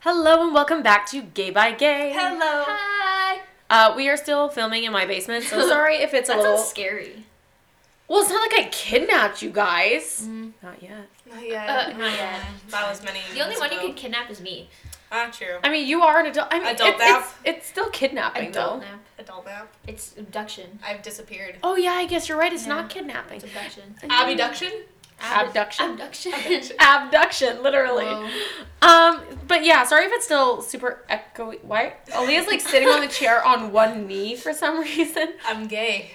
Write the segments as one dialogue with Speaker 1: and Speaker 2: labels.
Speaker 1: Hello and welcome back to Gay by Gay.
Speaker 2: Hello.
Speaker 3: Hi.
Speaker 1: Uh, we are still filming in my basement, so sorry if it's a
Speaker 3: That
Speaker 1: little.
Speaker 3: sounds scary.
Speaker 1: well, it's not like I kidnapped you guys. Not yet.
Speaker 2: Not yet.
Speaker 3: Uh, not yet.
Speaker 2: That was many.
Speaker 3: The only
Speaker 2: years
Speaker 3: one you
Speaker 2: ago.
Speaker 3: could kidnap is me.
Speaker 2: Ah, true.
Speaker 1: I mean, you are an adult. I mean,
Speaker 2: Adult
Speaker 1: it's, it's,
Speaker 2: nap.
Speaker 1: it's still kidnapping
Speaker 3: Adult
Speaker 1: though.
Speaker 3: nap.
Speaker 2: Adult map.
Speaker 3: It's abduction.
Speaker 2: I've disappeared.
Speaker 1: Oh yeah, I guess you're right. It's not
Speaker 3: Yeah.
Speaker 1: kidnapping.
Speaker 3: It's abduction.
Speaker 2: Abduction.
Speaker 3: Ab-
Speaker 1: Abduction.
Speaker 3: Abduction.
Speaker 1: Abduction, literally.
Speaker 3: Whoa.
Speaker 1: Um, but yeah, sorry if it's still super echoey. Why? Aaliyah's like sitting on the chair on one knee for some reason.
Speaker 2: I'm gay.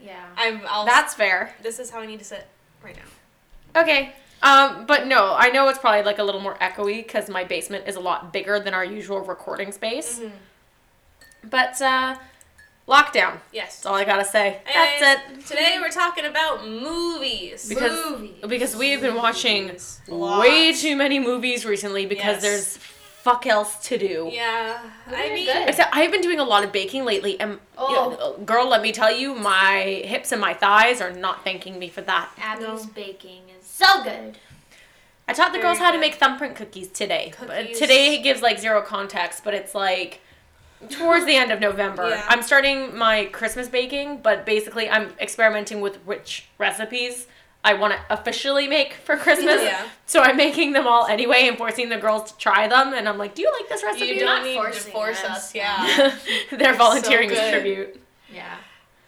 Speaker 3: Yeah.
Speaker 2: I'm. I'll,
Speaker 1: That's fair.
Speaker 2: This is how I need to sit right now.
Speaker 1: Okay. Um, but no, I know it's probably like a little more echoey because my basement is a lot bigger than our usual recording space. But uh, lockdown.
Speaker 2: Yes.
Speaker 1: That's all I gotta say. That's
Speaker 2: Anyways, Today we're talking about movies.
Speaker 1: Because-
Speaker 3: Movie.
Speaker 1: it. Because we have been watching
Speaker 2: Movies.
Speaker 1: way
Speaker 2: Lots.
Speaker 1: too many movies recently because
Speaker 2: Yes.
Speaker 1: there's fuck else to do.
Speaker 2: Yeah.
Speaker 3: Movies
Speaker 2: I
Speaker 3: are
Speaker 2: mean.
Speaker 3: good.
Speaker 1: Except I've been doing a lot of baking lately, and
Speaker 3: Oh.
Speaker 1: yeah, girl, let me tell you, my hips and my thighs are not thanking me for that.
Speaker 3: Abby's baking is so good.
Speaker 1: I taught the
Speaker 2: Very
Speaker 1: girls how to
Speaker 2: good.
Speaker 1: make thumbprint cookies today. But
Speaker 2: Cookies.
Speaker 1: today gives like zero context, but it's like towards the end of November.
Speaker 2: Yeah.
Speaker 1: I'm starting my Christmas baking, but basically I'm experimenting with which recipes I want to officially make for Christmas.
Speaker 2: Yeah.
Speaker 1: So I'm making them all anyway and forcing the girls to try them. And I'm like, do you like this recipe?
Speaker 2: You
Speaker 3: You're not
Speaker 2: don't need to
Speaker 3: forcing
Speaker 2: force
Speaker 3: us.
Speaker 2: us. Yeah.
Speaker 1: They're volunteering as
Speaker 2: good.
Speaker 1: tribute.
Speaker 3: Yeah.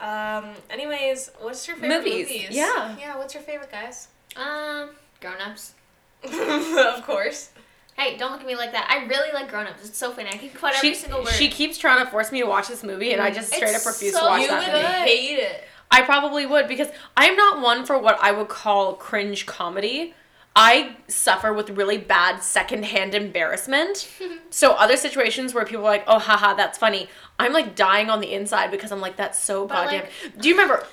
Speaker 2: um. Anyways, what's your favorite
Speaker 1: Movies.
Speaker 2: movies?
Speaker 1: Yeah.
Speaker 2: Yeah. What's your favorite, guys?
Speaker 3: Um, grown ups.
Speaker 2: of course.
Speaker 3: Hey, don't look at me like that. I really like grown ups. It's so funny. I can quote
Speaker 1: She,
Speaker 3: every single word.
Speaker 1: she keeps trying to force me to watch this movie, and I just
Speaker 3: It's
Speaker 1: straight up refuse
Speaker 3: so
Speaker 1: to watch
Speaker 2: you
Speaker 1: that
Speaker 2: would
Speaker 1: movie.
Speaker 3: good.
Speaker 2: hate it.
Speaker 1: I probably would because I'm not one for what I would call cringe comedy. I suffer with really bad secondhand embarrassment. so other situations where people are like, "Oh, haha, that's funny," I'm like dying on the inside because I'm like, "That's so
Speaker 3: But,
Speaker 1: goddamn." Do you remember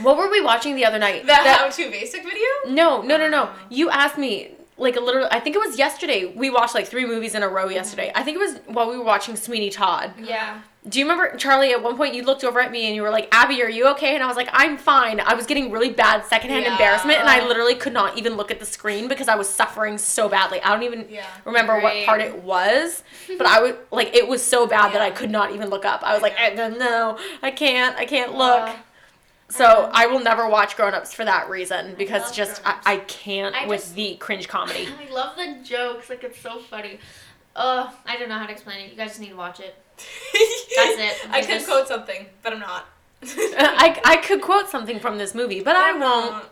Speaker 1: what were we watching the other night?
Speaker 2: The how to basic video?
Speaker 1: no, no, no, no. You asked me like literally. I think it was yesterday. We watched like three movies in a row yesterday. I think it was while we were watching Sweeney Todd.
Speaker 3: yeah.
Speaker 1: Do you remember, Charlie, at one point you looked over at me and you were like, Abby, are you okay? And I was like, I'm fine. I was getting really bad secondhand
Speaker 2: Yeah.
Speaker 1: embarrassment and I literally could not even look at the screen because I was suffering so badly. I don't even
Speaker 2: Yeah.
Speaker 1: remember what
Speaker 3: Right.
Speaker 1: part it was, but I was like, it was so bad that I
Speaker 2: Yeah.
Speaker 1: could not even look up. I was like,
Speaker 2: Yeah.
Speaker 1: I don't know. I can't. I can't look.
Speaker 3: Uh,
Speaker 1: So I will never watch Grown Ups for that reason because
Speaker 3: love
Speaker 1: just
Speaker 3: Grown
Speaker 1: I,
Speaker 3: Ups.
Speaker 1: I can't
Speaker 3: I
Speaker 1: with
Speaker 3: just-
Speaker 1: the cringe comedy.
Speaker 3: I love the jokes. Like it's so funny. Uh, I don't know how to explain it. You guys just need to watch it.
Speaker 2: That's
Speaker 3: it.
Speaker 2: I could
Speaker 3: Just-
Speaker 2: quote something, but I'm not.
Speaker 1: I, I could quote something from this movie, but I
Speaker 2: I'm
Speaker 1: won't.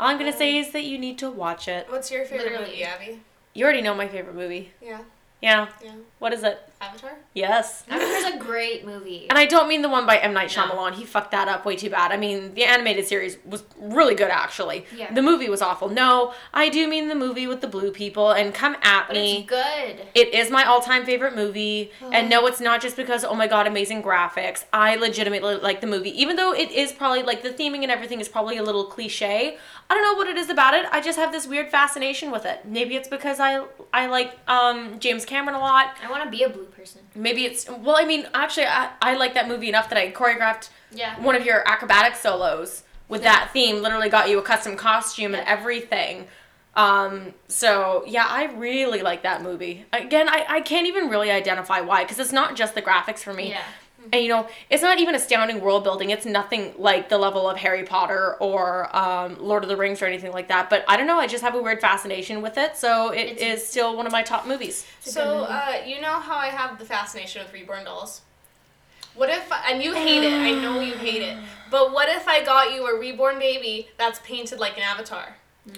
Speaker 1: All I'm going to say is that you need to watch it.
Speaker 2: What's your favorite
Speaker 3: Literally.
Speaker 2: movie, Abby?
Speaker 1: You already know my favorite movie.
Speaker 2: Yeah,
Speaker 1: Yeah.
Speaker 2: yeah.
Speaker 1: What is it?
Speaker 2: Avatar?
Speaker 1: Yes.
Speaker 3: Avatar's a great movie.
Speaker 1: And I don't mean the one by M. Night
Speaker 3: No.
Speaker 1: Shyamalan. He fucked that up way too bad. I mean, the animated series was really good, actually.
Speaker 3: Yeah.
Speaker 1: The movie was awful. No, I do mean the movie with the blue people, and come at
Speaker 3: But
Speaker 1: me.
Speaker 3: it's good.
Speaker 1: It is my all-time favorite movie, and no, it's not just because oh my god, amazing graphics. I legitimately like the movie, even though it is probably like the theming and everything is probably a little cliche. I don't know what it is about it. I just have this weird fascination with it. Maybe it's because I I like um, James Cameron a lot.
Speaker 3: I want to be a blue person.
Speaker 1: Maybe it's well, I mean, actually, I I like that movie enough that I choreographed
Speaker 3: Yeah.
Speaker 1: one of your acrobatic solos with
Speaker 3: Yeah.
Speaker 1: that theme literally got you a custom costume and
Speaker 3: Yeah.
Speaker 1: everything um so yeah i really like that movie again i, I can't even really identify why because it's not just the graphics for me
Speaker 3: Yeah.
Speaker 1: and you know it's not even astounding world building it's nothing like the level of harry potter or um, lord of the rings or anything like that but i don't know i just have a weird fascination with it so it's,
Speaker 3: It's-
Speaker 1: still one of my top movies
Speaker 2: So, uh, you know how I have the fascination with reborn dolls? What if, and you hate it, I know you hate it, but what if I got you a reborn baby that's painted like an avatar?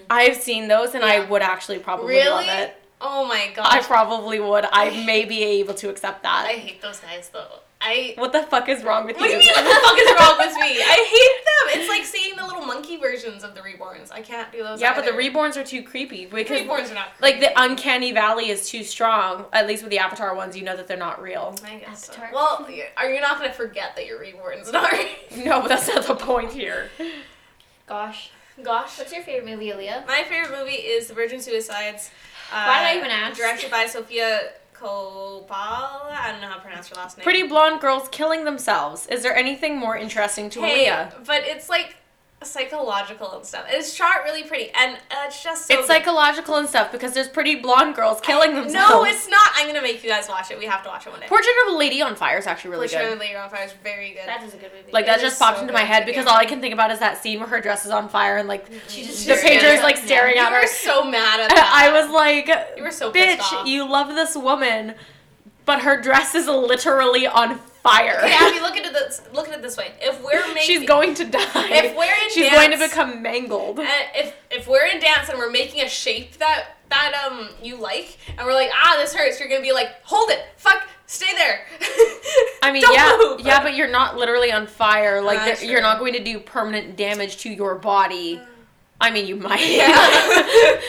Speaker 1: i've seen those and i
Speaker 2: Yeah.
Speaker 1: would actually probably love
Speaker 2: Really?
Speaker 1: it
Speaker 2: Oh my
Speaker 1: i
Speaker 2: gosh.
Speaker 1: probably would i may be able to accept that
Speaker 2: I hate those guys though. I.
Speaker 1: What the fuck is wrong with
Speaker 2: What do
Speaker 1: you?
Speaker 2: you mean? What the fuck is wrong with me? I hate them. It's like seeing the little monkey versions of the reborns. I can't do those.
Speaker 1: yeah, but the
Speaker 2: either.
Speaker 1: reborns are too creepy because
Speaker 2: reborns are not
Speaker 1: like the
Speaker 2: creepy.
Speaker 1: uncanny valley is too strong. At least with the Avatar ones, you know that they're not real.
Speaker 2: I guess so.
Speaker 3: Avatar.
Speaker 2: Well, y- are you not gonna forget that you're reborns, are you?
Speaker 1: No, but that's not the point here.
Speaker 3: Gosh.
Speaker 2: Gosh.
Speaker 3: What's your favorite movie, Aaliyah?
Speaker 2: My favorite movie is The Virgin Suicides. Uh,
Speaker 3: Why did I even ask?
Speaker 2: Directed by Sofia Coppola. I don't know how to pronounce her last name.
Speaker 1: Pretty blonde girls killing themselves. Is there anything more interesting to
Speaker 2: hey,
Speaker 1: Aaliyah?
Speaker 2: But it's like psychological and stuff. It's shot really pretty, and uh, it's just so
Speaker 1: It's
Speaker 2: good.
Speaker 1: psychological and stuff because there's pretty blonde girls killing themselves.
Speaker 2: No, it's not. I'm gonna make you guys watch it. We have to watch it one day.
Speaker 1: Portrait of a Lady on Fire is actually really
Speaker 2: Really
Speaker 1: good.
Speaker 2: Later on Fire is very good.
Speaker 3: That is a good movie.
Speaker 1: Like
Speaker 2: It
Speaker 1: that
Speaker 2: is
Speaker 1: just popped
Speaker 2: so
Speaker 1: into
Speaker 2: good.
Speaker 1: my head because
Speaker 2: Yeah.
Speaker 1: all I can think about is that scene where her dress is on fire and like
Speaker 3: she just
Speaker 1: the
Speaker 2: She's staring
Speaker 1: pager's
Speaker 2: at
Speaker 1: like
Speaker 3: us now.
Speaker 1: staring
Speaker 2: you
Speaker 1: at
Speaker 2: were
Speaker 1: her.
Speaker 2: so mad at
Speaker 1: And
Speaker 2: that.
Speaker 1: I was like,
Speaker 2: You were so pissed
Speaker 1: bitch,
Speaker 2: off."
Speaker 1: you love this woman, but her dress is literally on fire.
Speaker 2: Okay, Abby, look at it this. Look at it this way. If we're making,
Speaker 1: She's going to die.
Speaker 2: If we're in
Speaker 1: She's
Speaker 2: dance-
Speaker 1: going to become mangled.
Speaker 2: And if if we're in dance and we're making a shape that that um you like, and we're like, ah, this hurts. You're gonna be like, hold it, fuck, stay there.
Speaker 1: I mean,
Speaker 2: Don't
Speaker 1: yeah,
Speaker 2: move.
Speaker 1: yeah, but you're not literally on fire. Like
Speaker 2: Ah,
Speaker 1: there-
Speaker 2: sure.
Speaker 1: you're not going to do permanent damage to your body. I mean, you might,
Speaker 2: Mm.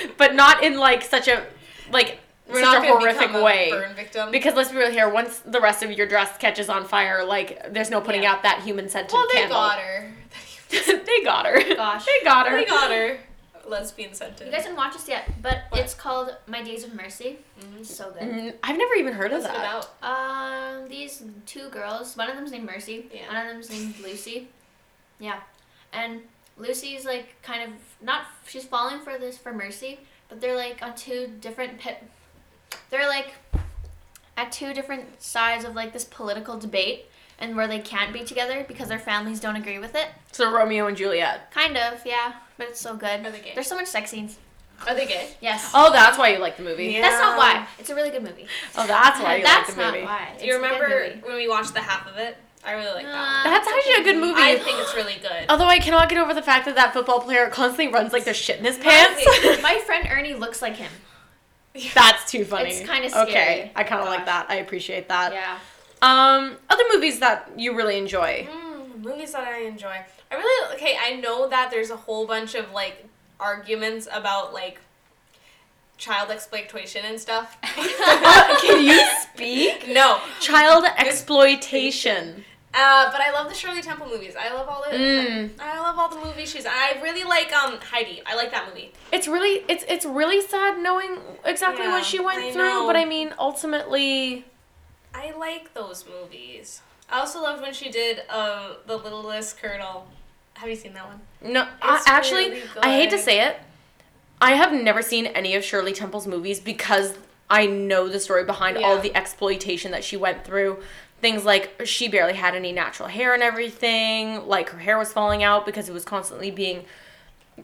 Speaker 2: Yeah.
Speaker 1: but not in like such a like
Speaker 2: we're not
Speaker 1: such a
Speaker 2: gonna
Speaker 1: horrific
Speaker 2: become a
Speaker 1: way.
Speaker 2: burn victim.
Speaker 1: Because let's be real here, once the rest of your dress catches on fire, like there's no putting
Speaker 2: Yeah.
Speaker 1: out that human scented
Speaker 2: well, they
Speaker 1: candle.
Speaker 2: got her.
Speaker 1: they got her.
Speaker 3: Gosh.
Speaker 1: they got her.
Speaker 2: they got her. Lesbian scented.
Speaker 3: You guys didn't watch this yet, but
Speaker 2: What?
Speaker 3: it's called My Days of Mercy. So good.
Speaker 1: Mm, I've never even heard of
Speaker 2: What's it
Speaker 1: that.
Speaker 2: about?
Speaker 3: Um, these two girls. One of them's named Mercy.
Speaker 2: Yeah.
Speaker 3: One of them's named Lucy. Yeah, and Lucy's like kind of not. She's falling for this for Mercy, but they're like on two different pit. They're like at two different sides of like this political debate, and where they can't be together because their families don't agree with it.
Speaker 1: So Romeo and Juliet.
Speaker 3: Kind of, yeah, but it's so good.
Speaker 2: Are they gay?
Speaker 3: There's so much sex scenes.
Speaker 2: Are they gay?
Speaker 3: Yes.
Speaker 1: Oh, that's why you like the movie.
Speaker 2: Yeah.
Speaker 3: That's not why. It's a really good movie.
Speaker 1: Oh, that's why you
Speaker 3: That's
Speaker 1: like the
Speaker 3: not
Speaker 1: movie.
Speaker 3: why. It's
Speaker 2: Do you
Speaker 3: a good
Speaker 2: remember
Speaker 3: movie.
Speaker 2: when we watched the half of it? I really like that.
Speaker 1: That's actually a good movie.
Speaker 2: One. I think it's really good.
Speaker 1: Although I cannot get over the fact that that football player constantly runs like there's shit in his pants.
Speaker 2: Honestly.
Speaker 3: My friend Ernie looks like him.
Speaker 1: That's too funny.
Speaker 3: It's kinda
Speaker 1: Okay,
Speaker 3: scary.
Speaker 1: I kind of like that.
Speaker 2: Gosh.
Speaker 1: I appreciate that.
Speaker 3: Yeah.
Speaker 1: Um, other movies that you really enjoy.
Speaker 2: Mm, movies that I enjoy. I really okay. I know that there's a whole bunch of like arguments about like child exploitation and stuff.
Speaker 1: Uh, Can you speak?
Speaker 2: no,
Speaker 1: Child exploitation.
Speaker 2: uh, but I love the Shirley Temple movies. I love all the.
Speaker 1: Mm.
Speaker 2: I love all the movies she's. I really like um Heidi. I like that movie.
Speaker 1: It's really it's it's really sad knowing exactly
Speaker 2: Yeah,
Speaker 1: what she went
Speaker 2: I
Speaker 1: through,
Speaker 2: know.
Speaker 1: but I mean ultimately
Speaker 2: I like those movies. I also loved when she did uh, the Littlest Colonel. Have you seen that one?
Speaker 1: no I,
Speaker 2: It's
Speaker 1: actually
Speaker 2: really
Speaker 1: I hate to
Speaker 2: good.
Speaker 1: say it. I have never seen any of Shirley Temple's movies because I know the story behind all
Speaker 2: Yeah.
Speaker 1: the exploitation that she went through. Things like she barely had any natural hair and everything, like her hair was falling out because it was constantly being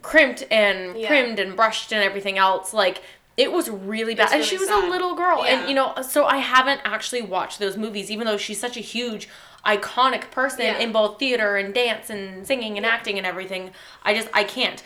Speaker 1: crimped and
Speaker 2: Yeah.
Speaker 1: primmed and brushed and everything else. Like it was really bad.
Speaker 2: It's
Speaker 1: and
Speaker 2: really
Speaker 1: she was a
Speaker 2: sad.
Speaker 1: little girl. And
Speaker 2: Yeah.
Speaker 1: you know, so I haven't actually watched those movies, even though she's such a huge iconic person
Speaker 2: Yeah.
Speaker 1: in both theater and dance and singing and acting and everything. I just I can't.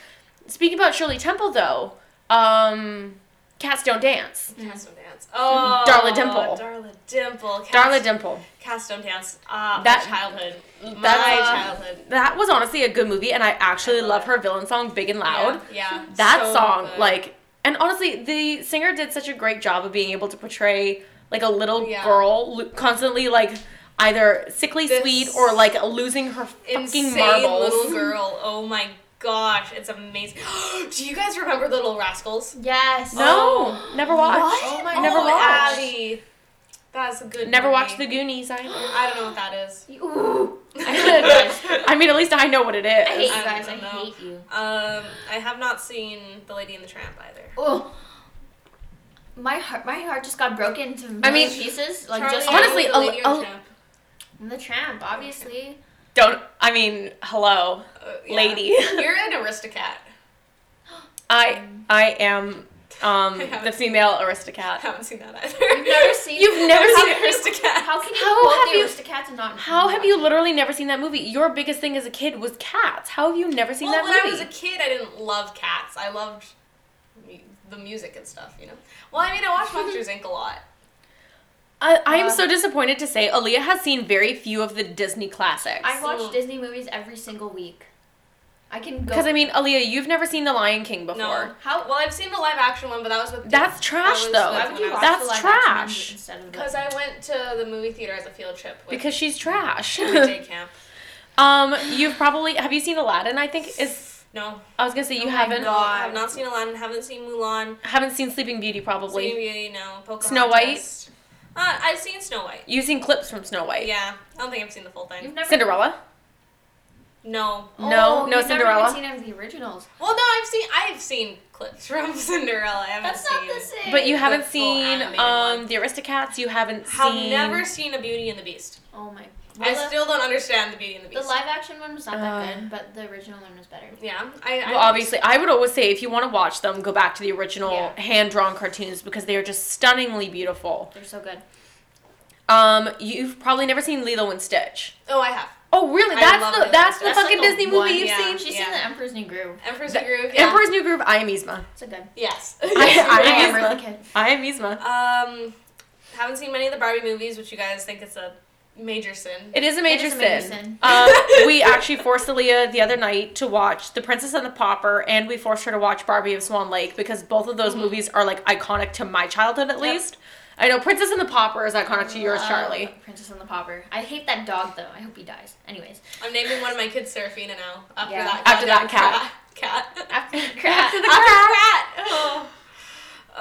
Speaker 1: Speaking about Shirley Temple though, um Cats Don't Dance.
Speaker 2: Cast on Dance. Oh,
Speaker 1: Mm. Darla Dimple.
Speaker 2: Darla Dimple.
Speaker 1: Darla
Speaker 2: Cast-
Speaker 1: Dimple.
Speaker 2: Cast on Dance. Ah,
Speaker 1: That-
Speaker 2: that childhood. My
Speaker 1: that's- uh,
Speaker 2: childhood.
Speaker 1: That was honestly a good movie and I actually
Speaker 2: I love
Speaker 1: love her villain song Big and Loud.
Speaker 2: Yeah.
Speaker 1: that
Speaker 2: so
Speaker 1: song
Speaker 2: good.
Speaker 1: like and honestly the singer did such a great job of being able to portray like a little
Speaker 2: Yeah.
Speaker 1: girl lo- constantly like either sickly
Speaker 2: This
Speaker 1: sweet or like losing her fucking
Speaker 2: insane
Speaker 1: marbles
Speaker 2: little girl. Oh my gosh, it's amazing. Do you guys remember the Little Rascals?
Speaker 3: Yes. Oh.
Speaker 1: no never watched
Speaker 3: What?
Speaker 2: Oh my
Speaker 1: never
Speaker 2: god,
Speaker 1: watched
Speaker 2: Abby. That's a good.
Speaker 1: never
Speaker 2: movie.
Speaker 1: watched the goonies either
Speaker 2: I don't know what that is.
Speaker 3: Ooh.
Speaker 1: i mean at least i know what it is
Speaker 3: I hate you
Speaker 2: I
Speaker 3: guys. I
Speaker 2: don't know.
Speaker 3: hate you.
Speaker 2: Um, I have not seen The Lady and the Tramp either.
Speaker 3: Oh. My heart, my heart just got broken into
Speaker 1: I mean,
Speaker 3: pieces. Like
Speaker 2: Charlie
Speaker 3: just
Speaker 2: and
Speaker 1: Honestly,
Speaker 2: the
Speaker 1: a-
Speaker 2: Lady and the
Speaker 1: a-
Speaker 2: Tramp.
Speaker 3: the tramp, obviously.
Speaker 1: don't i mean hello
Speaker 2: Uh, yeah.
Speaker 1: lady
Speaker 2: You're an aristocrat.
Speaker 1: i i am um
Speaker 2: I haven't
Speaker 1: the female
Speaker 2: I
Speaker 1: aristocrat
Speaker 2: haven't seen that either.
Speaker 3: I've never seen.
Speaker 1: You've never
Speaker 2: I've
Speaker 1: seen
Speaker 2: seen aristocrat.
Speaker 3: How can you
Speaker 1: How
Speaker 3: quote
Speaker 1: have
Speaker 3: the
Speaker 1: you-
Speaker 3: Aristocats and not?
Speaker 1: How have you literally never seen that movie? Your biggest thing as a kid was cats. How have you never seen
Speaker 2: well,
Speaker 1: that
Speaker 2: when
Speaker 1: movie?
Speaker 2: I was a kid, I didn't love cats. I loved mu- the music and stuff, you know. Well, I mean, I watched Monsters Inc. a lot.
Speaker 1: I, I am
Speaker 3: Uh,
Speaker 1: so disappointed to say Aaliyah has seen very few of the Disney classics.
Speaker 3: I watch
Speaker 2: Mm.
Speaker 3: Disney movies every single week. I can go.
Speaker 1: Because I mean, Aaliyah, you've never seen The Lion King before.
Speaker 2: No, how? Well, I've seen the live action one, but that was with
Speaker 1: That's trash
Speaker 2: was
Speaker 1: though.
Speaker 2: the-
Speaker 3: why would you watch
Speaker 1: That's
Speaker 3: the live action
Speaker 1: trash.
Speaker 3: movies Instead of the-
Speaker 2: because I went to the movie theater as a field trip with
Speaker 1: Because she's trash.
Speaker 2: with day camp.
Speaker 1: um, you've probably have you seen Aladdin? I think is
Speaker 2: No,
Speaker 1: I was gonna say you
Speaker 3: Oh my
Speaker 1: haven't
Speaker 3: God.
Speaker 2: I have not seen Aladdin. Haven't seen Mulan.
Speaker 1: haven't seen Sleeping Beauty probably.
Speaker 2: Seen Beauty. No. Pocahontas.
Speaker 1: Snow White?
Speaker 2: Uh, I've seen Snow White.
Speaker 1: You've seen clips from Snow White.
Speaker 2: Yeah, I don't think I've seen the full thing.
Speaker 3: You've never.
Speaker 1: Cinderella.
Speaker 2: No.
Speaker 1: No,
Speaker 3: Oh,
Speaker 1: no
Speaker 3: you've
Speaker 1: Cinderella?
Speaker 3: Never even seen any of the originals.
Speaker 2: Well, no, I've seen I've seen clips from Cinderella. I haven't
Speaker 3: That's
Speaker 2: seen.
Speaker 3: not the same.
Speaker 1: But you haven't
Speaker 2: the full
Speaker 1: seen
Speaker 2: animated
Speaker 1: um
Speaker 2: one.
Speaker 1: the Aristocats. You haven't
Speaker 2: Have
Speaker 1: seen.
Speaker 2: never seen a Beauty and the Beast.
Speaker 3: Oh my.
Speaker 2: I
Speaker 3: Well, the-
Speaker 2: still don't understand the Beauty and the
Speaker 3: The
Speaker 2: Beast.
Speaker 3: live action one was not that
Speaker 1: Uh.
Speaker 3: good, but the original one was better.
Speaker 2: yeah, I, I
Speaker 1: Well, obviously, I would always say if you want to watch them, go back to the original
Speaker 3: Yeah.
Speaker 1: hand drawn cartoons because they are just stunningly beautiful.
Speaker 3: They're so good.
Speaker 1: Um, you've probably never seen Lilo and Stitch.
Speaker 2: Oh, I have.
Speaker 1: Oh, really?
Speaker 2: I
Speaker 1: That's
Speaker 2: love
Speaker 1: the
Speaker 2: Lilo and
Speaker 1: that's the
Speaker 2: Stitch.
Speaker 3: That's
Speaker 1: fucking
Speaker 3: like the
Speaker 1: Disney
Speaker 3: one,
Speaker 1: movie you've
Speaker 2: yeah.
Speaker 1: seen.
Speaker 3: She's
Speaker 2: Yeah.
Speaker 3: seen The Emperor's New Groove.
Speaker 2: Emperor's
Speaker 1: The-
Speaker 2: New Groove. Yeah.
Speaker 1: Emperor's New Groove. I am Yzma.
Speaker 3: It's a good.
Speaker 2: Yes.
Speaker 1: I
Speaker 3: I
Speaker 1: am
Speaker 3: am
Speaker 1: Yzma.
Speaker 3: really good.
Speaker 1: I am Yzma.
Speaker 2: Um, haven't seen many of the Barbie movies, which you guys think is a major sin.
Speaker 1: It is a major
Speaker 3: is a
Speaker 1: sin.
Speaker 3: major sin.
Speaker 1: um, we actually forced Aaliyah the other night to watch The Princess and the Pauper, and we forced her to watch Barbie of Swan Lake because both of those movies are like iconic to my childhood at least. I know Princess and the Pauper is iconic to yours,
Speaker 3: Love
Speaker 1: Charlie.
Speaker 3: uh, Princess and the Pauper. I hate that dog though. I hope he dies. Anyways,
Speaker 2: I'm naming one of my kids Serafina now. After
Speaker 3: Yeah.
Speaker 2: that.
Speaker 1: After that
Speaker 2: goddamn
Speaker 1: cat.
Speaker 2: Cat. cat.
Speaker 3: after the crap.
Speaker 1: the-
Speaker 2: After cat. Oh.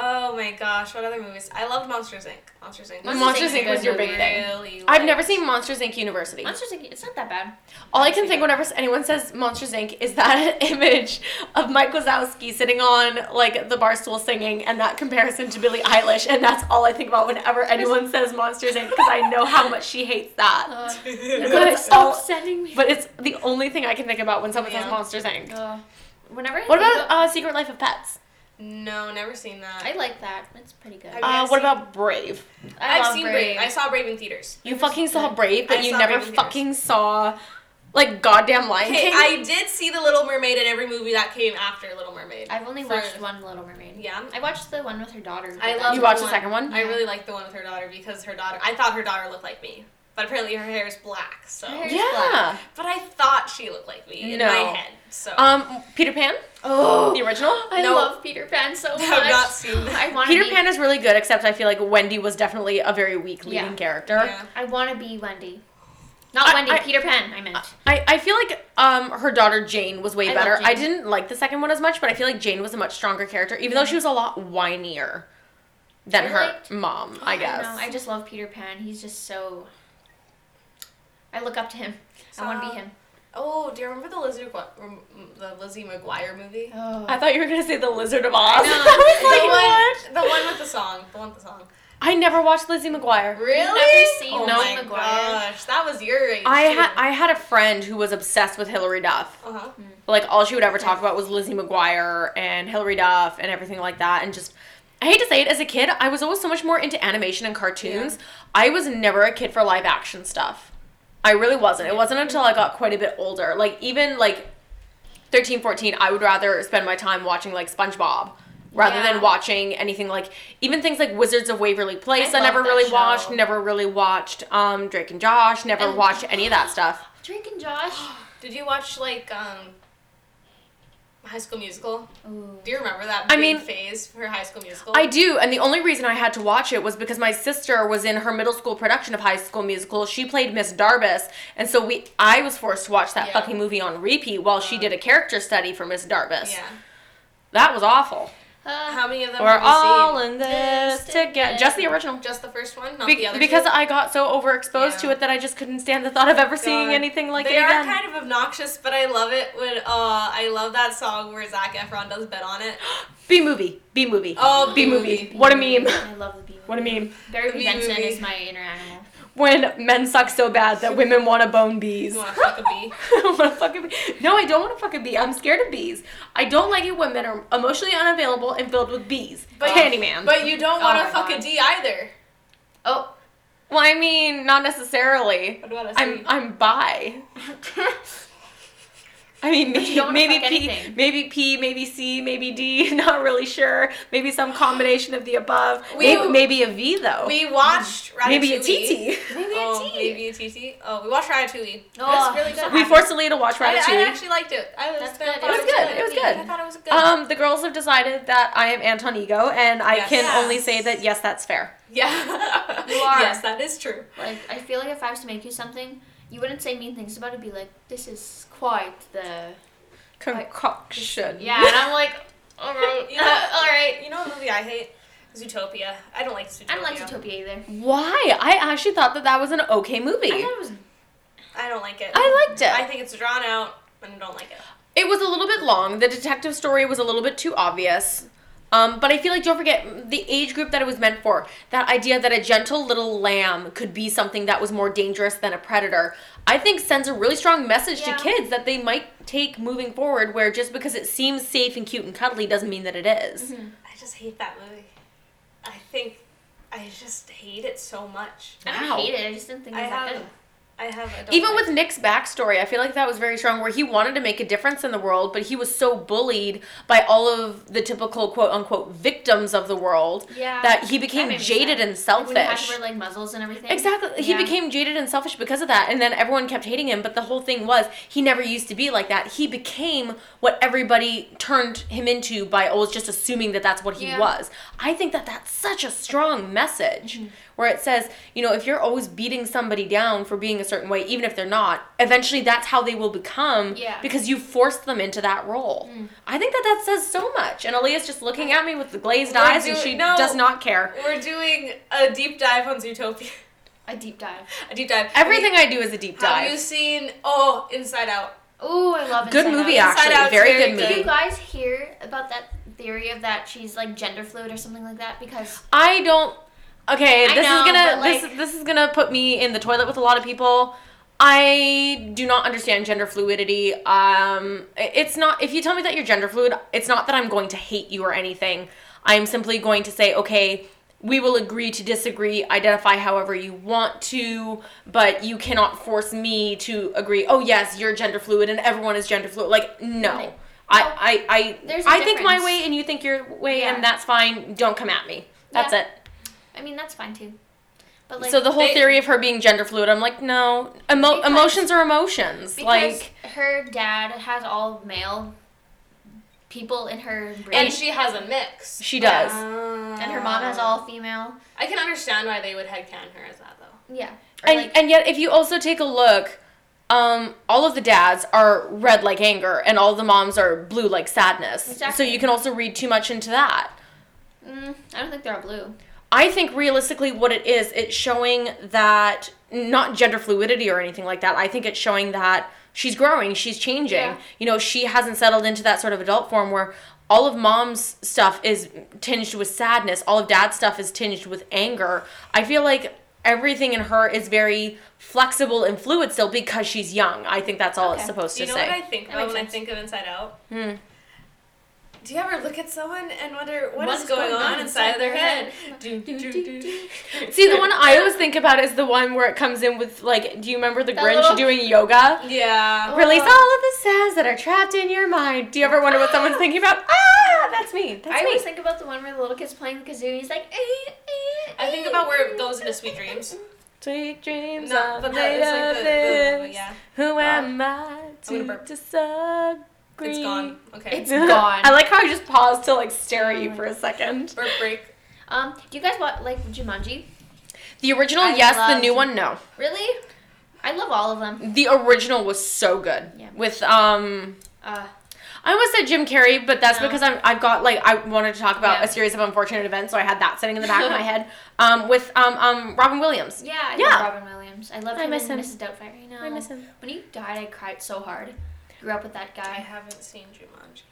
Speaker 2: Oh my gosh! What other movies? I loved Monsters Inc. Monsters Inc.
Speaker 3: Monsters,
Speaker 1: Monsters
Speaker 3: Inc.
Speaker 1: Inc. was
Speaker 3: was
Speaker 1: your
Speaker 3: a
Speaker 1: big thing.
Speaker 2: Really
Speaker 1: I've never
Speaker 2: liked.
Speaker 1: seen Monsters Inc. University.
Speaker 3: Monsters Inc. It's not that bad.
Speaker 1: All I can think whenever anyone says Monsters Inc. is that image of Mike Wazowski sitting on like the bar stool singing, and that comparison to Billie Eilish, and that's all I think about whenever anyone says Monsters Inc. because I know how much she hates that.
Speaker 3: Uh,
Speaker 1: Good.
Speaker 3: it's all sending me.
Speaker 1: But it's the only thing I can think about when someone
Speaker 2: Yeah.
Speaker 1: says Monsters Inc.
Speaker 3: Uh, whenever I
Speaker 1: What
Speaker 3: think
Speaker 1: about
Speaker 3: of-
Speaker 1: uh, Secret Life of Pets?
Speaker 2: No, never seen that.
Speaker 3: I like that. It's pretty good.
Speaker 2: I-
Speaker 3: I,
Speaker 1: Uh,
Speaker 2: I've
Speaker 1: what
Speaker 2: seen-
Speaker 1: about Brave?
Speaker 2: I've
Speaker 3: love
Speaker 2: seen
Speaker 3: Brave.
Speaker 2: Brave. I saw Brave in theaters.
Speaker 1: You fucking saw Brave,
Speaker 2: I
Speaker 1: but you
Speaker 2: saw
Speaker 1: never
Speaker 2: Brave in theaters.
Speaker 1: fucking saw like goddamn Lion
Speaker 2: Okay,
Speaker 1: King.
Speaker 2: I did see The Little Mermaid in every movie that came after Little Mermaid.
Speaker 3: I've only
Speaker 2: For-
Speaker 3: watched one Little Mermaid.
Speaker 2: Yeah.
Speaker 3: I watched the one with her daughter.
Speaker 2: I
Speaker 3: but
Speaker 2: love
Speaker 1: you
Speaker 2: that
Speaker 1: watched the
Speaker 2: one.
Speaker 1: second one?
Speaker 2: I really liked the one with her daughter because her daughter. I thought her daughter looked like me, but apparently her hair is black. So,
Speaker 3: Her hair-
Speaker 1: Yeah.
Speaker 2: but I thought she looked like me in
Speaker 1: No.
Speaker 2: my head. So
Speaker 1: Um, Peter Pan,
Speaker 3: Oh,
Speaker 1: the original.
Speaker 3: I
Speaker 2: No.
Speaker 3: love Peter Pan so much.
Speaker 2: I've not seen that.
Speaker 3: I want
Speaker 1: Peter
Speaker 3: to be,
Speaker 1: Pan is really good, except I feel like Wendy was definitely a very weak leading
Speaker 3: Yeah.
Speaker 1: character.
Speaker 2: Yeah.
Speaker 3: I want to be Wendy. Not
Speaker 1: I-
Speaker 3: Wendy,
Speaker 1: I-
Speaker 3: Peter Pan. I meant.
Speaker 1: I, I feel like um her daughter Jane was way
Speaker 3: I love
Speaker 1: better. I
Speaker 3: Jane.
Speaker 1: didn't like the second one as much, but I feel like Jane was a much stronger character, even though she was a lot whinier than
Speaker 3: I
Speaker 1: her
Speaker 3: liked-
Speaker 1: mom, I guess.
Speaker 3: don't know. I just love Peter Pan. He's just so. I look up to him. I want to
Speaker 2: So-
Speaker 3: be him.
Speaker 2: oh, do you remember the Lizzie, Gua- rem- the Lizzie McGuire movie?
Speaker 3: Oh.
Speaker 1: I thought you were gonna say the Lizard of Oz. I,
Speaker 3: I know.
Speaker 1: was
Speaker 2: the
Speaker 1: like, what?
Speaker 2: one, the one with the song. The one with the song.
Speaker 1: I never watched Lizzie McGuire.
Speaker 2: Really?
Speaker 3: never seen
Speaker 2: oh
Speaker 1: Lizzie
Speaker 2: my
Speaker 3: McGuire?
Speaker 2: gosh, that was your age.
Speaker 1: I
Speaker 2: too.
Speaker 1: had I had a friend who was obsessed with Hillary Duff.
Speaker 2: Uh-huh.
Speaker 1: Like all she would ever talk about was Lizzie McGuire and Hilary Duff and everything like that. And just, I hate to say it, as a kid, I was always so much more into animation and cartoons. I was never a kid for live action stuff. I really wasn't. It wasn't until I got quite a bit older. Like even like 13, 14, I would rather spend my time watching like SpongeBob rather
Speaker 3: Yeah.
Speaker 1: than watching anything like even things like Wizards of Waverly Place.
Speaker 3: I
Speaker 1: I,
Speaker 3: love
Speaker 1: never
Speaker 3: that
Speaker 1: really
Speaker 3: show.
Speaker 1: watched. Never really watched um, Drake and Josh. Never
Speaker 3: And-
Speaker 1: watched any of that stuff.
Speaker 3: Drake and Josh.
Speaker 2: Did you watch like um, High School Musical?
Speaker 3: Ooh.
Speaker 2: Do you remember that?
Speaker 1: I
Speaker 2: big
Speaker 1: mean-
Speaker 2: phase for High School Musical.
Speaker 1: I do, and the only reason I had to watch it was because my sister was in her middle school production of High School Musical. She played Miss Darbus, and so we I was forced to watch that
Speaker 2: Yeah.
Speaker 1: fucking movie on repeat while she did a character study for Miss Darbus.
Speaker 2: Yeah.
Speaker 1: That was awful.
Speaker 3: Uh,
Speaker 2: How many of them
Speaker 1: We're
Speaker 2: have you
Speaker 1: all
Speaker 2: seen?
Speaker 1: in this together. Just the original.
Speaker 2: Just the first one, not
Speaker 1: Be-
Speaker 2: the other.
Speaker 1: because
Speaker 2: two?
Speaker 1: I got so overexposed to
Speaker 2: Yeah.
Speaker 1: it that I just couldn't stand the thought of ever seeing
Speaker 2: God.
Speaker 1: anything like
Speaker 2: they
Speaker 1: it
Speaker 2: are
Speaker 1: again.
Speaker 2: kind of obnoxious, but I love it when uh I love that song where Zach Efron does bet on it.
Speaker 1: B movie. B movie.
Speaker 2: Oh,
Speaker 1: B movie. What a meme.
Speaker 3: I love the B movie.
Speaker 1: What a meme.
Speaker 3: Barry
Speaker 2: The
Speaker 3: B.
Speaker 2: B
Speaker 3: Benson
Speaker 2: movie.
Speaker 3: is my inner animal.
Speaker 1: When men suck so bad that women want to bone bees.
Speaker 2: You want to fuck a bee?
Speaker 1: I don't want to fuck a bee. No, I don't want to fuck a bee. I'm scared of bees. I don't like it when men are emotionally unavailable and filled with bees.
Speaker 2: But-
Speaker 1: Candyman.
Speaker 2: But you don't want
Speaker 3: Oh
Speaker 2: to
Speaker 3: my
Speaker 2: fuck
Speaker 3: God.
Speaker 2: a D either.
Speaker 3: Oh.
Speaker 1: well, I mean, not necessarily.
Speaker 2: What about a C?
Speaker 1: I'm oh. I'm bi. I mean,
Speaker 3: you
Speaker 1: maybe
Speaker 3: don't wanna
Speaker 1: maybe P,
Speaker 3: fuck anything.
Speaker 1: maybe P, maybe C, maybe D. Not really sure. Maybe some combination of the above.
Speaker 2: We-
Speaker 1: maybe, maybe a V though.
Speaker 2: we watched Ratatouille.
Speaker 1: maybe a TT.
Speaker 3: Maybe E.
Speaker 2: Oh,
Speaker 3: a T.
Speaker 2: maybe a TT. Oh, we watched Ratatouille.
Speaker 3: Oh,
Speaker 2: it was really
Speaker 3: I'm so
Speaker 2: good.
Speaker 1: We forced Aaliyah to watch
Speaker 2: I,
Speaker 1: Ratatouille.
Speaker 2: I actually liked it. I was
Speaker 3: That's
Speaker 2: I
Speaker 3: good.
Speaker 2: thought
Speaker 3: It was
Speaker 1: good. It was good.
Speaker 2: I thought it was good.
Speaker 1: Um, the girls have decided that I am Anton Ego, and I
Speaker 2: Yes.
Speaker 1: can
Speaker 2: Yes.
Speaker 1: only say that yes, that's fair.
Speaker 2: yeah.
Speaker 3: You are.
Speaker 2: Yes, that is true.
Speaker 3: Like, I feel like if I was to make you something, you wouldn't say mean things about it. Be like, this is quite the.
Speaker 1: Concoction.
Speaker 3: Yeah, and I'm like, all right,
Speaker 2: You know-
Speaker 3: all right.
Speaker 2: You know what movie I hate? Zootopia. I don't like Zootopia.
Speaker 3: I don't like Zootopia either.
Speaker 1: Why? I actually thought that that was an okay movie.
Speaker 3: I thought it was.
Speaker 2: I don't like it.
Speaker 1: I liked it.
Speaker 2: I think it's drawn out and I don't like it.
Speaker 1: It was a little bit long. The detective story was a little bit too obvious. Um, but I feel like don't forget the age group that it was meant for. That idea that a gentle little lamb could be something that was more dangerous than a predator, I think sends a really strong message
Speaker 3: Yeah.
Speaker 1: to kids that they might take moving forward. Where just because it seems safe and cute and cuddly doesn't mean that it is.
Speaker 2: I just hate that movie. I think I just hate it so much.
Speaker 3: I
Speaker 1: Wow.
Speaker 3: don't hate it. I just didn't think it
Speaker 2: I
Speaker 3: was that
Speaker 2: have,
Speaker 3: good.
Speaker 2: I have. I don't
Speaker 1: Even
Speaker 2: like
Speaker 1: with Nick's backstory, I feel like that was very strong. Where he wanted to make a difference in the world, but he was so bullied by all of the typical quote unquote victims of the world
Speaker 3: Yeah.
Speaker 1: that he
Speaker 3: That
Speaker 1: became
Speaker 3: made me
Speaker 1: jaded
Speaker 3: sad.
Speaker 1: and
Speaker 3: Like,
Speaker 1: selfish.
Speaker 3: when you had to wear like muzzles and everything.
Speaker 1: Exactly. He
Speaker 3: Yeah.
Speaker 1: became jaded and selfish because of that. And then everyone kept hating him. But the whole thing was he never used to be like that. He became what everybody turned him into by always just assuming that that's what he
Speaker 3: Yeah.
Speaker 1: was. I think that that's such a strong message
Speaker 3: Mm-hmm.
Speaker 1: where it says, you know, if you're always beating somebody down for being a certain way, even if they're not, eventually that's how they will become
Speaker 3: Yeah. Mm.
Speaker 1: because you forced them into that role. I think that that says so much. And Aaliyah's just looking at me with the glazed
Speaker 2: We're
Speaker 1: eyes and
Speaker 2: doing-
Speaker 1: she
Speaker 2: no.
Speaker 1: does not care.
Speaker 2: We're doing a deep dive on Zootopia.
Speaker 3: A deep dive.
Speaker 2: A deep dive.
Speaker 1: Everything I do is a deep
Speaker 2: Have
Speaker 1: dive.
Speaker 2: you seen? Oh, Inside Out.
Speaker 3: Ooh, I love it.
Speaker 1: Good movie, actually.
Speaker 2: Out's
Speaker 1: Very,
Speaker 2: very
Speaker 1: good
Speaker 2: good.
Speaker 1: movie.
Speaker 3: Did you guys hear about that theory of that she's like gender fluid or something like that? Because
Speaker 1: I don't. Okay,
Speaker 3: I
Speaker 1: this
Speaker 3: know,
Speaker 1: is gonna
Speaker 3: but,
Speaker 1: this
Speaker 3: like-
Speaker 1: this is gonna put me in the toilet with a lot of people. I do not understand gender fluidity. Um, i- it's not if you tell me that you're gender fluid, it's not that I'm going to hate you or anything. I'm simply going to say, okay, we will agree to disagree, identify however you want to, but you cannot force me to agree. Oh yes, you're gender fluid and everyone is gender fluid. Like no.
Speaker 3: Like, no.
Speaker 1: I, I, I,
Speaker 3: There's a
Speaker 1: I think my
Speaker 3: difference.
Speaker 1: way and you think your way
Speaker 3: Yeah.
Speaker 1: and that's fine. Don't come at me. That's
Speaker 3: Yeah.
Speaker 1: it.
Speaker 3: I mean that's fine too. But like
Speaker 1: so the whole
Speaker 2: they-
Speaker 1: theory of her being gender fluid, I'm like, no, emo-
Speaker 3: Because-
Speaker 1: emotions are emotions.
Speaker 3: because
Speaker 1: Like,
Speaker 3: her dad has all male people in her brain,
Speaker 2: And she has a mix. Ah.
Speaker 1: She does.
Speaker 3: and her mom has all female.
Speaker 2: I can understand why they would headcanon her as that though.
Speaker 3: Yeah. Or,
Speaker 1: and,
Speaker 3: like,
Speaker 1: and yet, if you also take a look, um, all of the dads are red like anger, and all the moms are blue like sadness.
Speaker 3: Exactly.
Speaker 1: So you can also read too much into that.
Speaker 3: mm, I don't think they're all blue.
Speaker 1: I think realistically, what it is, it's showing that not gender fluidity or anything like that. I think it's showing that she's growing, she's changing.
Speaker 3: Yeah.
Speaker 1: You know, she hasn't settled into that sort of adult form where all of mom's stuff is tinged with sadness, all of dad's stuff is tinged with anger. I feel like everything in her is very flexible and fluid still because she's young. I think that's all it's
Speaker 3: Okay.
Speaker 1: supposed
Speaker 2: Do you
Speaker 1: to
Speaker 2: know
Speaker 1: say.
Speaker 2: what I think
Speaker 3: That
Speaker 2: about
Speaker 3: makes
Speaker 2: when I
Speaker 3: sense.
Speaker 2: think of Inside Out?
Speaker 1: Hmm.
Speaker 2: Do you ever look at someone and wonder what is, going, on inside, their head? Do, do, do, do.
Speaker 1: See, the one I always think about is the one where it comes in with like, do you remember the
Speaker 3: That
Speaker 1: Grinch
Speaker 3: little-
Speaker 1: doing yoga?
Speaker 2: Yeah.
Speaker 1: Release all of the sounds that are trapped in your mind. Do you ever wonder what someone's thinking about? Ah, that's me. That's
Speaker 3: I
Speaker 1: me.
Speaker 3: always think about the one where the little kid's playing the kazoo and he's like, eh, eh,
Speaker 2: I think
Speaker 3: eh,
Speaker 2: about where it
Speaker 3: eh.
Speaker 2: goes into Sweet Dreams.
Speaker 1: Sweet dreams
Speaker 2: No,
Speaker 1: are
Speaker 2: but that
Speaker 1: made
Speaker 2: is like
Speaker 1: of
Speaker 2: the, the,
Speaker 1: this.
Speaker 2: yeah.
Speaker 1: Who am I
Speaker 2: gonna
Speaker 1: to
Speaker 2: burp.
Speaker 1: disagree?
Speaker 2: It's gone. Okay.
Speaker 3: It's gone.
Speaker 1: I like how I just paused to like stare at
Speaker 3: Oh
Speaker 1: you
Speaker 3: my
Speaker 1: for a second.
Speaker 2: Burp break.
Speaker 3: Um, do you guys watch like Jumanji?
Speaker 1: The original,
Speaker 3: I
Speaker 1: yes. The
Speaker 3: loved-
Speaker 1: new one, no.
Speaker 3: Really? I love all of them.
Speaker 1: The original was so good.
Speaker 3: Yeah.
Speaker 1: With um,
Speaker 3: Uh,
Speaker 1: I almost said Jim Carrey, but that's
Speaker 3: No.
Speaker 1: because I'm, I've got like I wanted to talk about
Speaker 3: Yeah.
Speaker 1: a series of unfortunate events, so I had that sitting in the back of my head. Um, with um um Robin Williams.
Speaker 3: yeah, I
Speaker 1: Yeah.
Speaker 3: love Robin Williams. I love
Speaker 1: I
Speaker 3: him
Speaker 1: miss
Speaker 3: and
Speaker 1: him.
Speaker 3: Mrs. Doubtfire. I know.
Speaker 1: I miss him.
Speaker 3: When he died, I cried so hard. Grew up with that
Speaker 2: I
Speaker 3: guy.
Speaker 2: haven't seen Jumanji.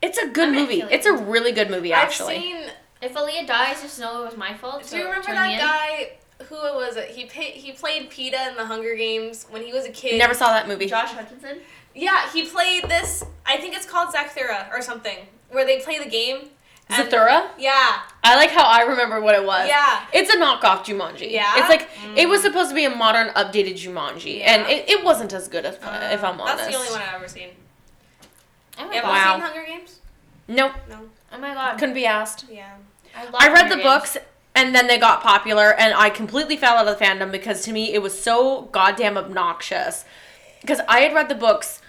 Speaker 1: It's a good
Speaker 3: I'm gonna
Speaker 1: movie.
Speaker 3: kill
Speaker 1: It's a
Speaker 3: you.
Speaker 1: really good movie, actually.
Speaker 2: I've seen
Speaker 3: If Aaliyah dies, just know it was my fault. so
Speaker 2: Do you remember
Speaker 3: turn me in.
Speaker 2: that guy? Who was it? He pa- he played PETA in the Hunger Games when he was a kid.
Speaker 1: Never saw that movie.
Speaker 3: Josh Hutcherson?
Speaker 2: Yeah, he played this. I think it's called Zathura or something, where they play the game. and-
Speaker 1: Zathura?
Speaker 2: Yeah,
Speaker 1: I like how I remember what it was.
Speaker 2: yeah.
Speaker 1: It's a knockoff Jumanji.
Speaker 2: Yeah? Mm.
Speaker 1: It's like it was supposed to be a modern, updated Jumanji, and
Speaker 2: Yeah. Uh,
Speaker 1: it, it wasn't as good as if I'm honest.
Speaker 2: that's the only one I've ever seen.
Speaker 3: Oh my
Speaker 2: Have
Speaker 3: god.
Speaker 1: Wow.
Speaker 2: you seen Hunger Games?
Speaker 1: Nope,
Speaker 2: No.
Speaker 3: Oh my god.
Speaker 1: couldn't be asked.
Speaker 2: Yeah.
Speaker 3: I, love
Speaker 1: I read the
Speaker 3: Hunger Games.
Speaker 1: books, and then they got popular, and I completely fell out of the fandom because to me it was so goddamn obnoxious. Because I had read the books.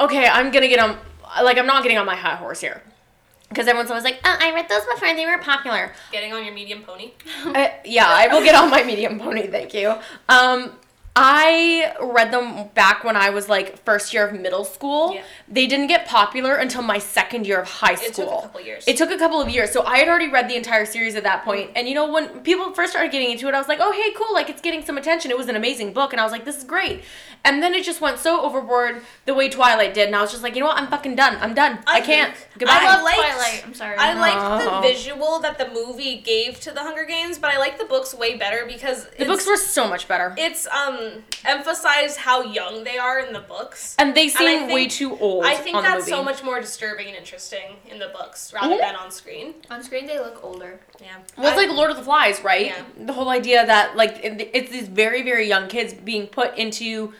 Speaker 1: Okay, I'm gonna get on. Like I'm not getting on my high horse here. Because everyone's always like, oh, I read those before and they were popular. Uh,
Speaker 2: Getting on your medium pony.
Speaker 1: I- yeah, I will get on my medium pony, thank you. Um, I read them back when I was like first year of middle school.
Speaker 2: Yeah.
Speaker 1: They didn't get popular until my second year of high
Speaker 2: It
Speaker 1: school.
Speaker 2: took a couple years.
Speaker 1: It took a couple of years. So I had already read the entire series at that point. And you know, when people first started getting into it, I was like, oh, hey, cool. Like, it's getting some attention. It was an amazing book. And I was like, this is great. And then it just went so overboard the way Twilight did. And I was just like, you know what? I'm fucking done. I'm done. I,
Speaker 2: I
Speaker 1: can't.
Speaker 2: think-
Speaker 1: Goodbye.
Speaker 2: I
Speaker 3: I love
Speaker 2: liked-
Speaker 3: Twilight. I'm sorry.
Speaker 2: I
Speaker 1: No.
Speaker 2: liked the visual that the movie gave to the Hunger Games, but I like the books way better because
Speaker 1: the
Speaker 2: it's-
Speaker 1: books were so much better.
Speaker 2: it's um emphasized how young they are in the books.
Speaker 1: and they
Speaker 2: I
Speaker 1: seem way
Speaker 2: think-
Speaker 1: too old.
Speaker 2: I think
Speaker 1: on the
Speaker 2: that's so
Speaker 1: movie.
Speaker 2: much more disturbing and interesting in the books rather
Speaker 1: Yeah.
Speaker 2: than on screen.
Speaker 3: On screen, they look older.
Speaker 2: Yeah.
Speaker 1: Well, it's
Speaker 2: I-
Speaker 1: like Lord of the Flies, right?
Speaker 2: Yeah.
Speaker 1: The whole idea that like it- it's these very very young kids being put into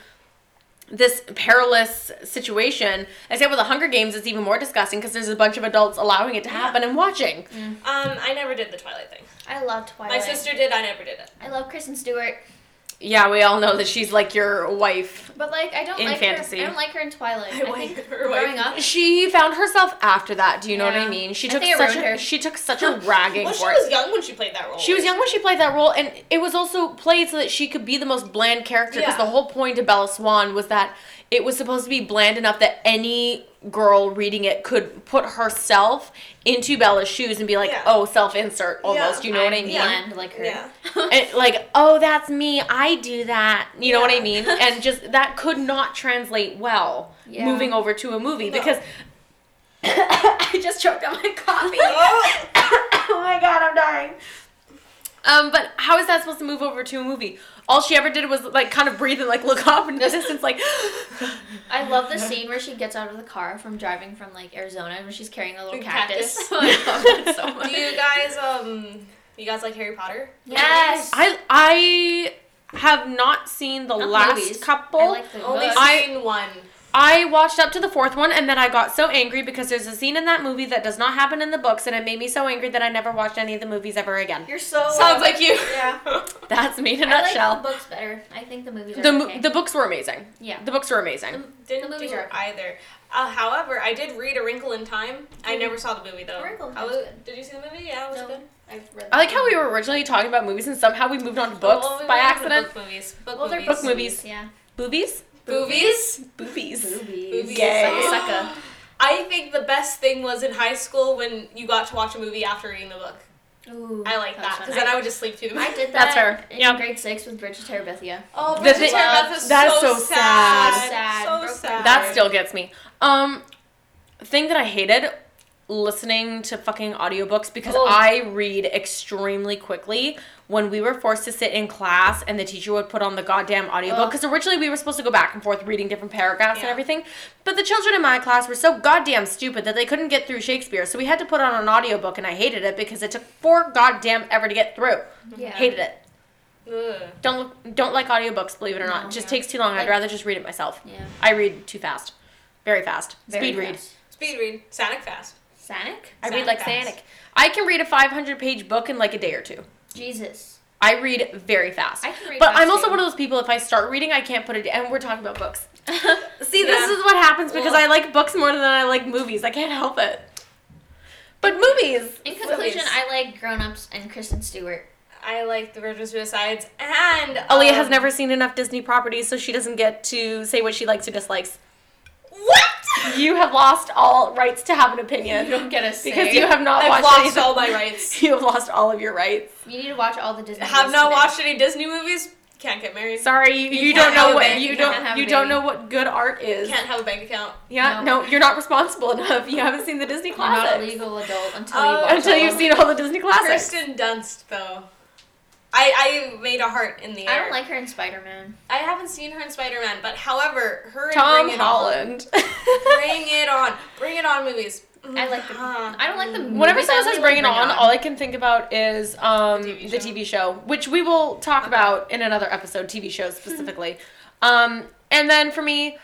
Speaker 1: this perilous situation. I said with the Hunger Games, it's even more disgusting because there's a bunch of adults allowing it to happen and watching.
Speaker 2: um I never did the Twilight thing.
Speaker 3: I love Twilight.
Speaker 2: My sister did, I never did it.
Speaker 3: I love Kristen Stewart,
Speaker 1: Yeah, we all know that she's like your wife.
Speaker 3: but like I don't
Speaker 1: In
Speaker 3: like
Speaker 1: fantasy.
Speaker 3: her. I don't like her in Twilight. I, think
Speaker 2: her
Speaker 3: growing up,
Speaker 1: She found herself after that. Do you know what I
Speaker 3: Yeah.
Speaker 1: mean? She
Speaker 3: I
Speaker 1: took
Speaker 3: think it
Speaker 1: such
Speaker 3: ruined
Speaker 1: a,
Speaker 3: her.
Speaker 1: she took such a ragging
Speaker 2: Well, she
Speaker 1: for it.
Speaker 2: was young when she played that role.
Speaker 1: She was young when she played that role, and it was also played so that she could be the most bland character. Because
Speaker 2: Yeah.
Speaker 1: the whole point of Bella Swan was that it was supposed to be bland enough that any girl reading it could put herself into Bella's shoes and be like,
Speaker 2: Yeah.
Speaker 1: "Oh, self-insert," almost.
Speaker 2: Yeah.
Speaker 1: You know what I
Speaker 3: I'm
Speaker 1: mean?
Speaker 2: yeah.
Speaker 3: bland like her.
Speaker 2: Yeah.
Speaker 1: And like, "Oh, that's me. I do that." You know what I
Speaker 2: Yeah.
Speaker 1: mean? And just that could not translate well
Speaker 3: Yeah.
Speaker 1: moving over to a movie
Speaker 2: No.
Speaker 1: because I just choked on my coffee
Speaker 2: Oh,
Speaker 1: oh my god, I'm dying. Um, but how is that supposed to move over to a movie? All she ever did was like kind of breathe and like look up in the distance, like.
Speaker 3: I love the scene where she gets out of the car from driving from like Arizona when she's carrying a little
Speaker 2: The
Speaker 3: cactus.
Speaker 2: cactus.
Speaker 3: I love that so
Speaker 2: do
Speaker 3: much.
Speaker 2: you guys um you guys like Harry Potter?
Speaker 3: Yes.
Speaker 1: I I have not seen the
Speaker 3: Not
Speaker 1: last
Speaker 3: movies.
Speaker 1: couple.
Speaker 3: I like the
Speaker 2: Only
Speaker 3: book.
Speaker 1: I-
Speaker 2: seen one.
Speaker 1: I watched up to the fourth one and then I got so angry because there's a scene in that movie that does not happen in the books and it made me so angry that I never watched any of the movies ever again.
Speaker 3: You're so.
Speaker 2: Sounds like you.
Speaker 3: Yeah.
Speaker 1: That's me in a
Speaker 3: I like
Speaker 1: nutshell.
Speaker 3: the books better. I think the movies are
Speaker 1: the, mo-
Speaker 3: okay.
Speaker 1: the books were amazing.
Speaker 3: yeah.
Speaker 1: The books were amazing.
Speaker 2: Didn't
Speaker 3: The movies
Speaker 2: do
Speaker 3: are
Speaker 2: it either. Uh, however, I did read A Wrinkle in Time. I
Speaker 3: Mhm.
Speaker 2: never saw the movie though.
Speaker 3: A Wrinkle in
Speaker 2: I
Speaker 3: Time's
Speaker 2: was-
Speaker 3: good.
Speaker 2: Did you see the movie? Yeah, it was
Speaker 3: No.
Speaker 2: good.
Speaker 3: I've read.
Speaker 1: I like how we were originally talking about movies and somehow we moved on to books
Speaker 2: Well, we
Speaker 1: by
Speaker 2: went into
Speaker 1: accident.
Speaker 2: Book movies. Book
Speaker 3: Well, they're
Speaker 2: movies.
Speaker 1: book movies.
Speaker 3: Yeah.
Speaker 1: Boobies?
Speaker 2: Movies?
Speaker 1: Boobies.
Speaker 3: Boobies.
Speaker 1: Yay.
Speaker 3: Sucka sucka.
Speaker 2: I think the best thing was in high school when you got to watch a movie after reading the book.
Speaker 3: Ooh,
Speaker 2: I like that because then I would just sleep through the
Speaker 3: I
Speaker 2: movie.
Speaker 3: did that.
Speaker 1: That's her.
Speaker 3: In
Speaker 1: Yeah.
Speaker 3: grade six with Bridge of Terabithia.
Speaker 2: Oh,
Speaker 1: The
Speaker 2: the
Speaker 1: thing-
Speaker 2: Beth
Speaker 1: That's so
Speaker 2: so sad.
Speaker 3: sad. Broke
Speaker 2: So
Speaker 3: my
Speaker 2: sad.
Speaker 1: That still gets me. Um, thing that I hated listening to fucking audiobooks because
Speaker 3: Oh.
Speaker 1: I read extremely quickly. When we were forced to sit in class and the teacher would put on the goddamn audiobook
Speaker 3: Ugh.
Speaker 1: because originally we were supposed to go back and forth reading different paragraphs and
Speaker 2: Yeah.
Speaker 1: everything, but the children in my class were so goddamn stupid that they couldn't get through Shakespeare, so we had to put on an audiobook and I hated it because it took four goddamn ever to get through.
Speaker 3: Yeah.
Speaker 1: Hated it.
Speaker 2: Ugh.
Speaker 1: Don't don't like audiobooks, believe it or not.
Speaker 3: No,
Speaker 1: it just
Speaker 2: yeah.
Speaker 1: takes too long. I'd
Speaker 3: Like-
Speaker 1: rather just read it myself.
Speaker 3: Yeah.
Speaker 1: I read too fast. Very fast.
Speaker 3: Very
Speaker 1: Speed read.
Speaker 3: fast.
Speaker 2: Speed read. Sonic fast.
Speaker 3: Sanic?
Speaker 1: I
Speaker 2: Sanic
Speaker 1: read like
Speaker 2: fast.
Speaker 1: Sanic. I can read a 500 page book in like a day or two.
Speaker 3: Jesus.
Speaker 1: I read very fast.
Speaker 3: I can read
Speaker 1: but I'm
Speaker 3: fast,
Speaker 1: also
Speaker 3: too.
Speaker 1: one of those people, if I start reading, I can't put it And we're talking about books. See, this
Speaker 2: Yeah.
Speaker 1: is what happens because
Speaker 2: Well-
Speaker 1: I like books more than I like movies. I can't help it. But movies!
Speaker 3: In conclusion,
Speaker 2: Movies.
Speaker 3: I like Grown Ups and Kristen Stewart.
Speaker 2: I like The Virgin Suicides and.
Speaker 1: Aaliyah
Speaker 2: um,
Speaker 1: has never seen enough Disney properties, so she doesn't get to say what she likes or dislikes.
Speaker 2: What?
Speaker 1: You have lost all rights to have an opinion.
Speaker 3: get a
Speaker 1: Because you have not
Speaker 2: I've
Speaker 1: watched
Speaker 2: lost
Speaker 1: any of the-
Speaker 2: all my rights.
Speaker 1: You have lost all of your rights.
Speaker 3: You need to watch all the Disney.
Speaker 2: Have
Speaker 3: movies
Speaker 2: not
Speaker 3: today.
Speaker 2: watched any Disney movies. Can't get married.
Speaker 1: Sorry, you, you,
Speaker 2: You
Speaker 1: don't
Speaker 2: can't
Speaker 1: know
Speaker 2: have a
Speaker 1: what
Speaker 2: bank-
Speaker 1: you
Speaker 2: you
Speaker 1: don't
Speaker 3: can't have a
Speaker 1: you don't
Speaker 3: baby.
Speaker 1: know what good art is.
Speaker 2: Can't have a bank account.
Speaker 1: Yeah, no.
Speaker 3: No.
Speaker 1: you're not responsible enough. You haven't seen the Disney
Speaker 3: You're not a
Speaker 1: classics
Speaker 3: legal adult until
Speaker 2: Oh.
Speaker 3: you watch
Speaker 1: until
Speaker 3: all
Speaker 1: you've
Speaker 3: of
Speaker 1: seen all the Disney classics.
Speaker 2: Kirsten Dunst though. I, I made a heart in the
Speaker 3: them. I
Speaker 2: air.
Speaker 3: don't like her in Spider Man.
Speaker 2: I haven't seen her in Spider Man, but however, her and
Speaker 1: Tom
Speaker 2: Bring
Speaker 1: Holland.
Speaker 2: It on, bring it on, bring it on movies.
Speaker 1: Oh
Speaker 2: Uh-huh.
Speaker 3: I like the.
Speaker 2: Huh.
Speaker 3: I don't like the.
Speaker 1: Mm. Whenever
Speaker 3: movies, I
Speaker 1: someone
Speaker 3: only
Speaker 1: says
Speaker 3: like
Speaker 1: "Bring It On," all I can think about is um,
Speaker 2: The
Speaker 1: the,
Speaker 2: TV
Speaker 1: TV show,
Speaker 2: show.
Speaker 1: which we will talk about in another episode. TV shows specifically, um, and then for me,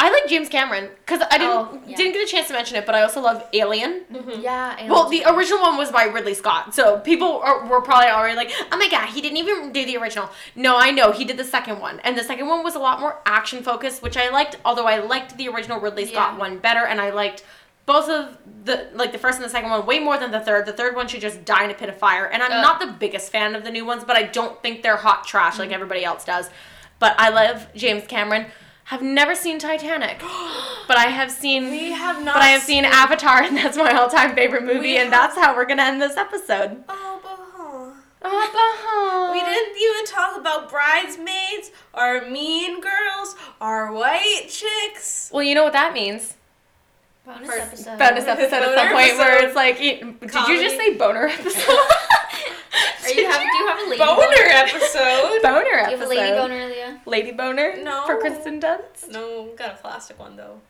Speaker 1: I like James Cameron because I didn't
Speaker 3: Oh, yeah.
Speaker 1: didn't get a chance to mention it, but I also love Alien.
Speaker 3: Yeah. I
Speaker 1: Well,
Speaker 3: love
Speaker 1: the
Speaker 3: it.
Speaker 1: original one was by Ridley Scott, so people are, were probably already like, "Oh my god, he didn't even do the original." No, I know he did the second one, and the second one was a lot more action focused, which I liked. Although I liked the original Ridley Scott
Speaker 3: Yeah.
Speaker 1: one better, and I liked both of the like the first and the second one way more than the third. The third one should just die in a pit of fire. And I'm
Speaker 3: Ugh. Mm-hmm.
Speaker 1: not the biggest fan of the new ones, but I don't think they're hot trash like everybody else does. But I love James Cameron. Have never seen Titanic, but I have seen.
Speaker 2: We have not.
Speaker 1: but I have seen Avatar, and that's my all-time favorite movie,
Speaker 2: We
Speaker 1: and that's
Speaker 2: have-
Speaker 1: how we're gonna end this episode.
Speaker 2: Oh, but-
Speaker 1: Oh,
Speaker 2: We didn't even talk about bridesmaids, our mean girls, our white chicks.
Speaker 1: Well, you know what that means.
Speaker 3: Bonus
Speaker 2: First-
Speaker 3: episode.
Speaker 1: Bonus episode at some
Speaker 2: Boner
Speaker 1: point where
Speaker 2: episode.
Speaker 1: it's like, e- did you
Speaker 2: Comedy.
Speaker 1: just say boner episode?
Speaker 3: Are you have, do you have a lady
Speaker 2: Boner episode.
Speaker 1: boner
Speaker 3: Do you have a
Speaker 1: episode?
Speaker 3: lady boner, Leah?
Speaker 1: Lady boner?
Speaker 2: No.
Speaker 1: For Kristen Dunst?
Speaker 2: no, we got a plastic one though.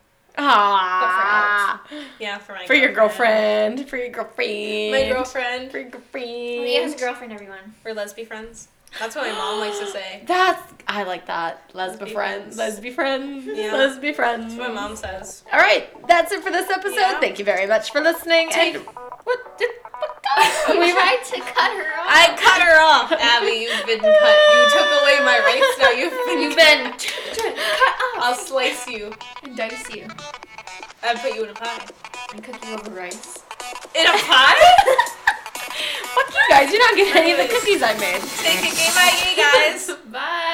Speaker 1: Ah.
Speaker 2: Yeah, for my
Speaker 1: For your girlfriend. For your girlfriend.
Speaker 2: My girlfriend.
Speaker 1: For your girlfriend.
Speaker 3: Leah has a girlfriend, everyone.
Speaker 2: We're lesbian friends. That's what my mom likes to say.
Speaker 1: That's I like that. Lesbian
Speaker 2: Lesbian
Speaker 1: friends.
Speaker 2: friends.
Speaker 1: Lesbian friends.
Speaker 2: Yeah.
Speaker 1: Lesbian friends.
Speaker 2: That's what my mom says.
Speaker 1: All right, that's it for this episode.
Speaker 2: Yeah.
Speaker 1: Thank you very much for listening.
Speaker 2: Take-
Speaker 1: and what did what the-
Speaker 3: We
Speaker 1: we might
Speaker 3: tried to cut her off.
Speaker 2: I cut her off, Abby. You've been cut. You took away my rights. Now you've been.
Speaker 3: You've been
Speaker 2: cut. I'll slice you
Speaker 3: and dice you
Speaker 2: and put you in a pie.
Speaker 3: and cook you over rice.
Speaker 2: In a pie?
Speaker 1: fuck you guys. You're not getting any of the cookies I made.
Speaker 2: Take a game by game, guys.
Speaker 3: Bye.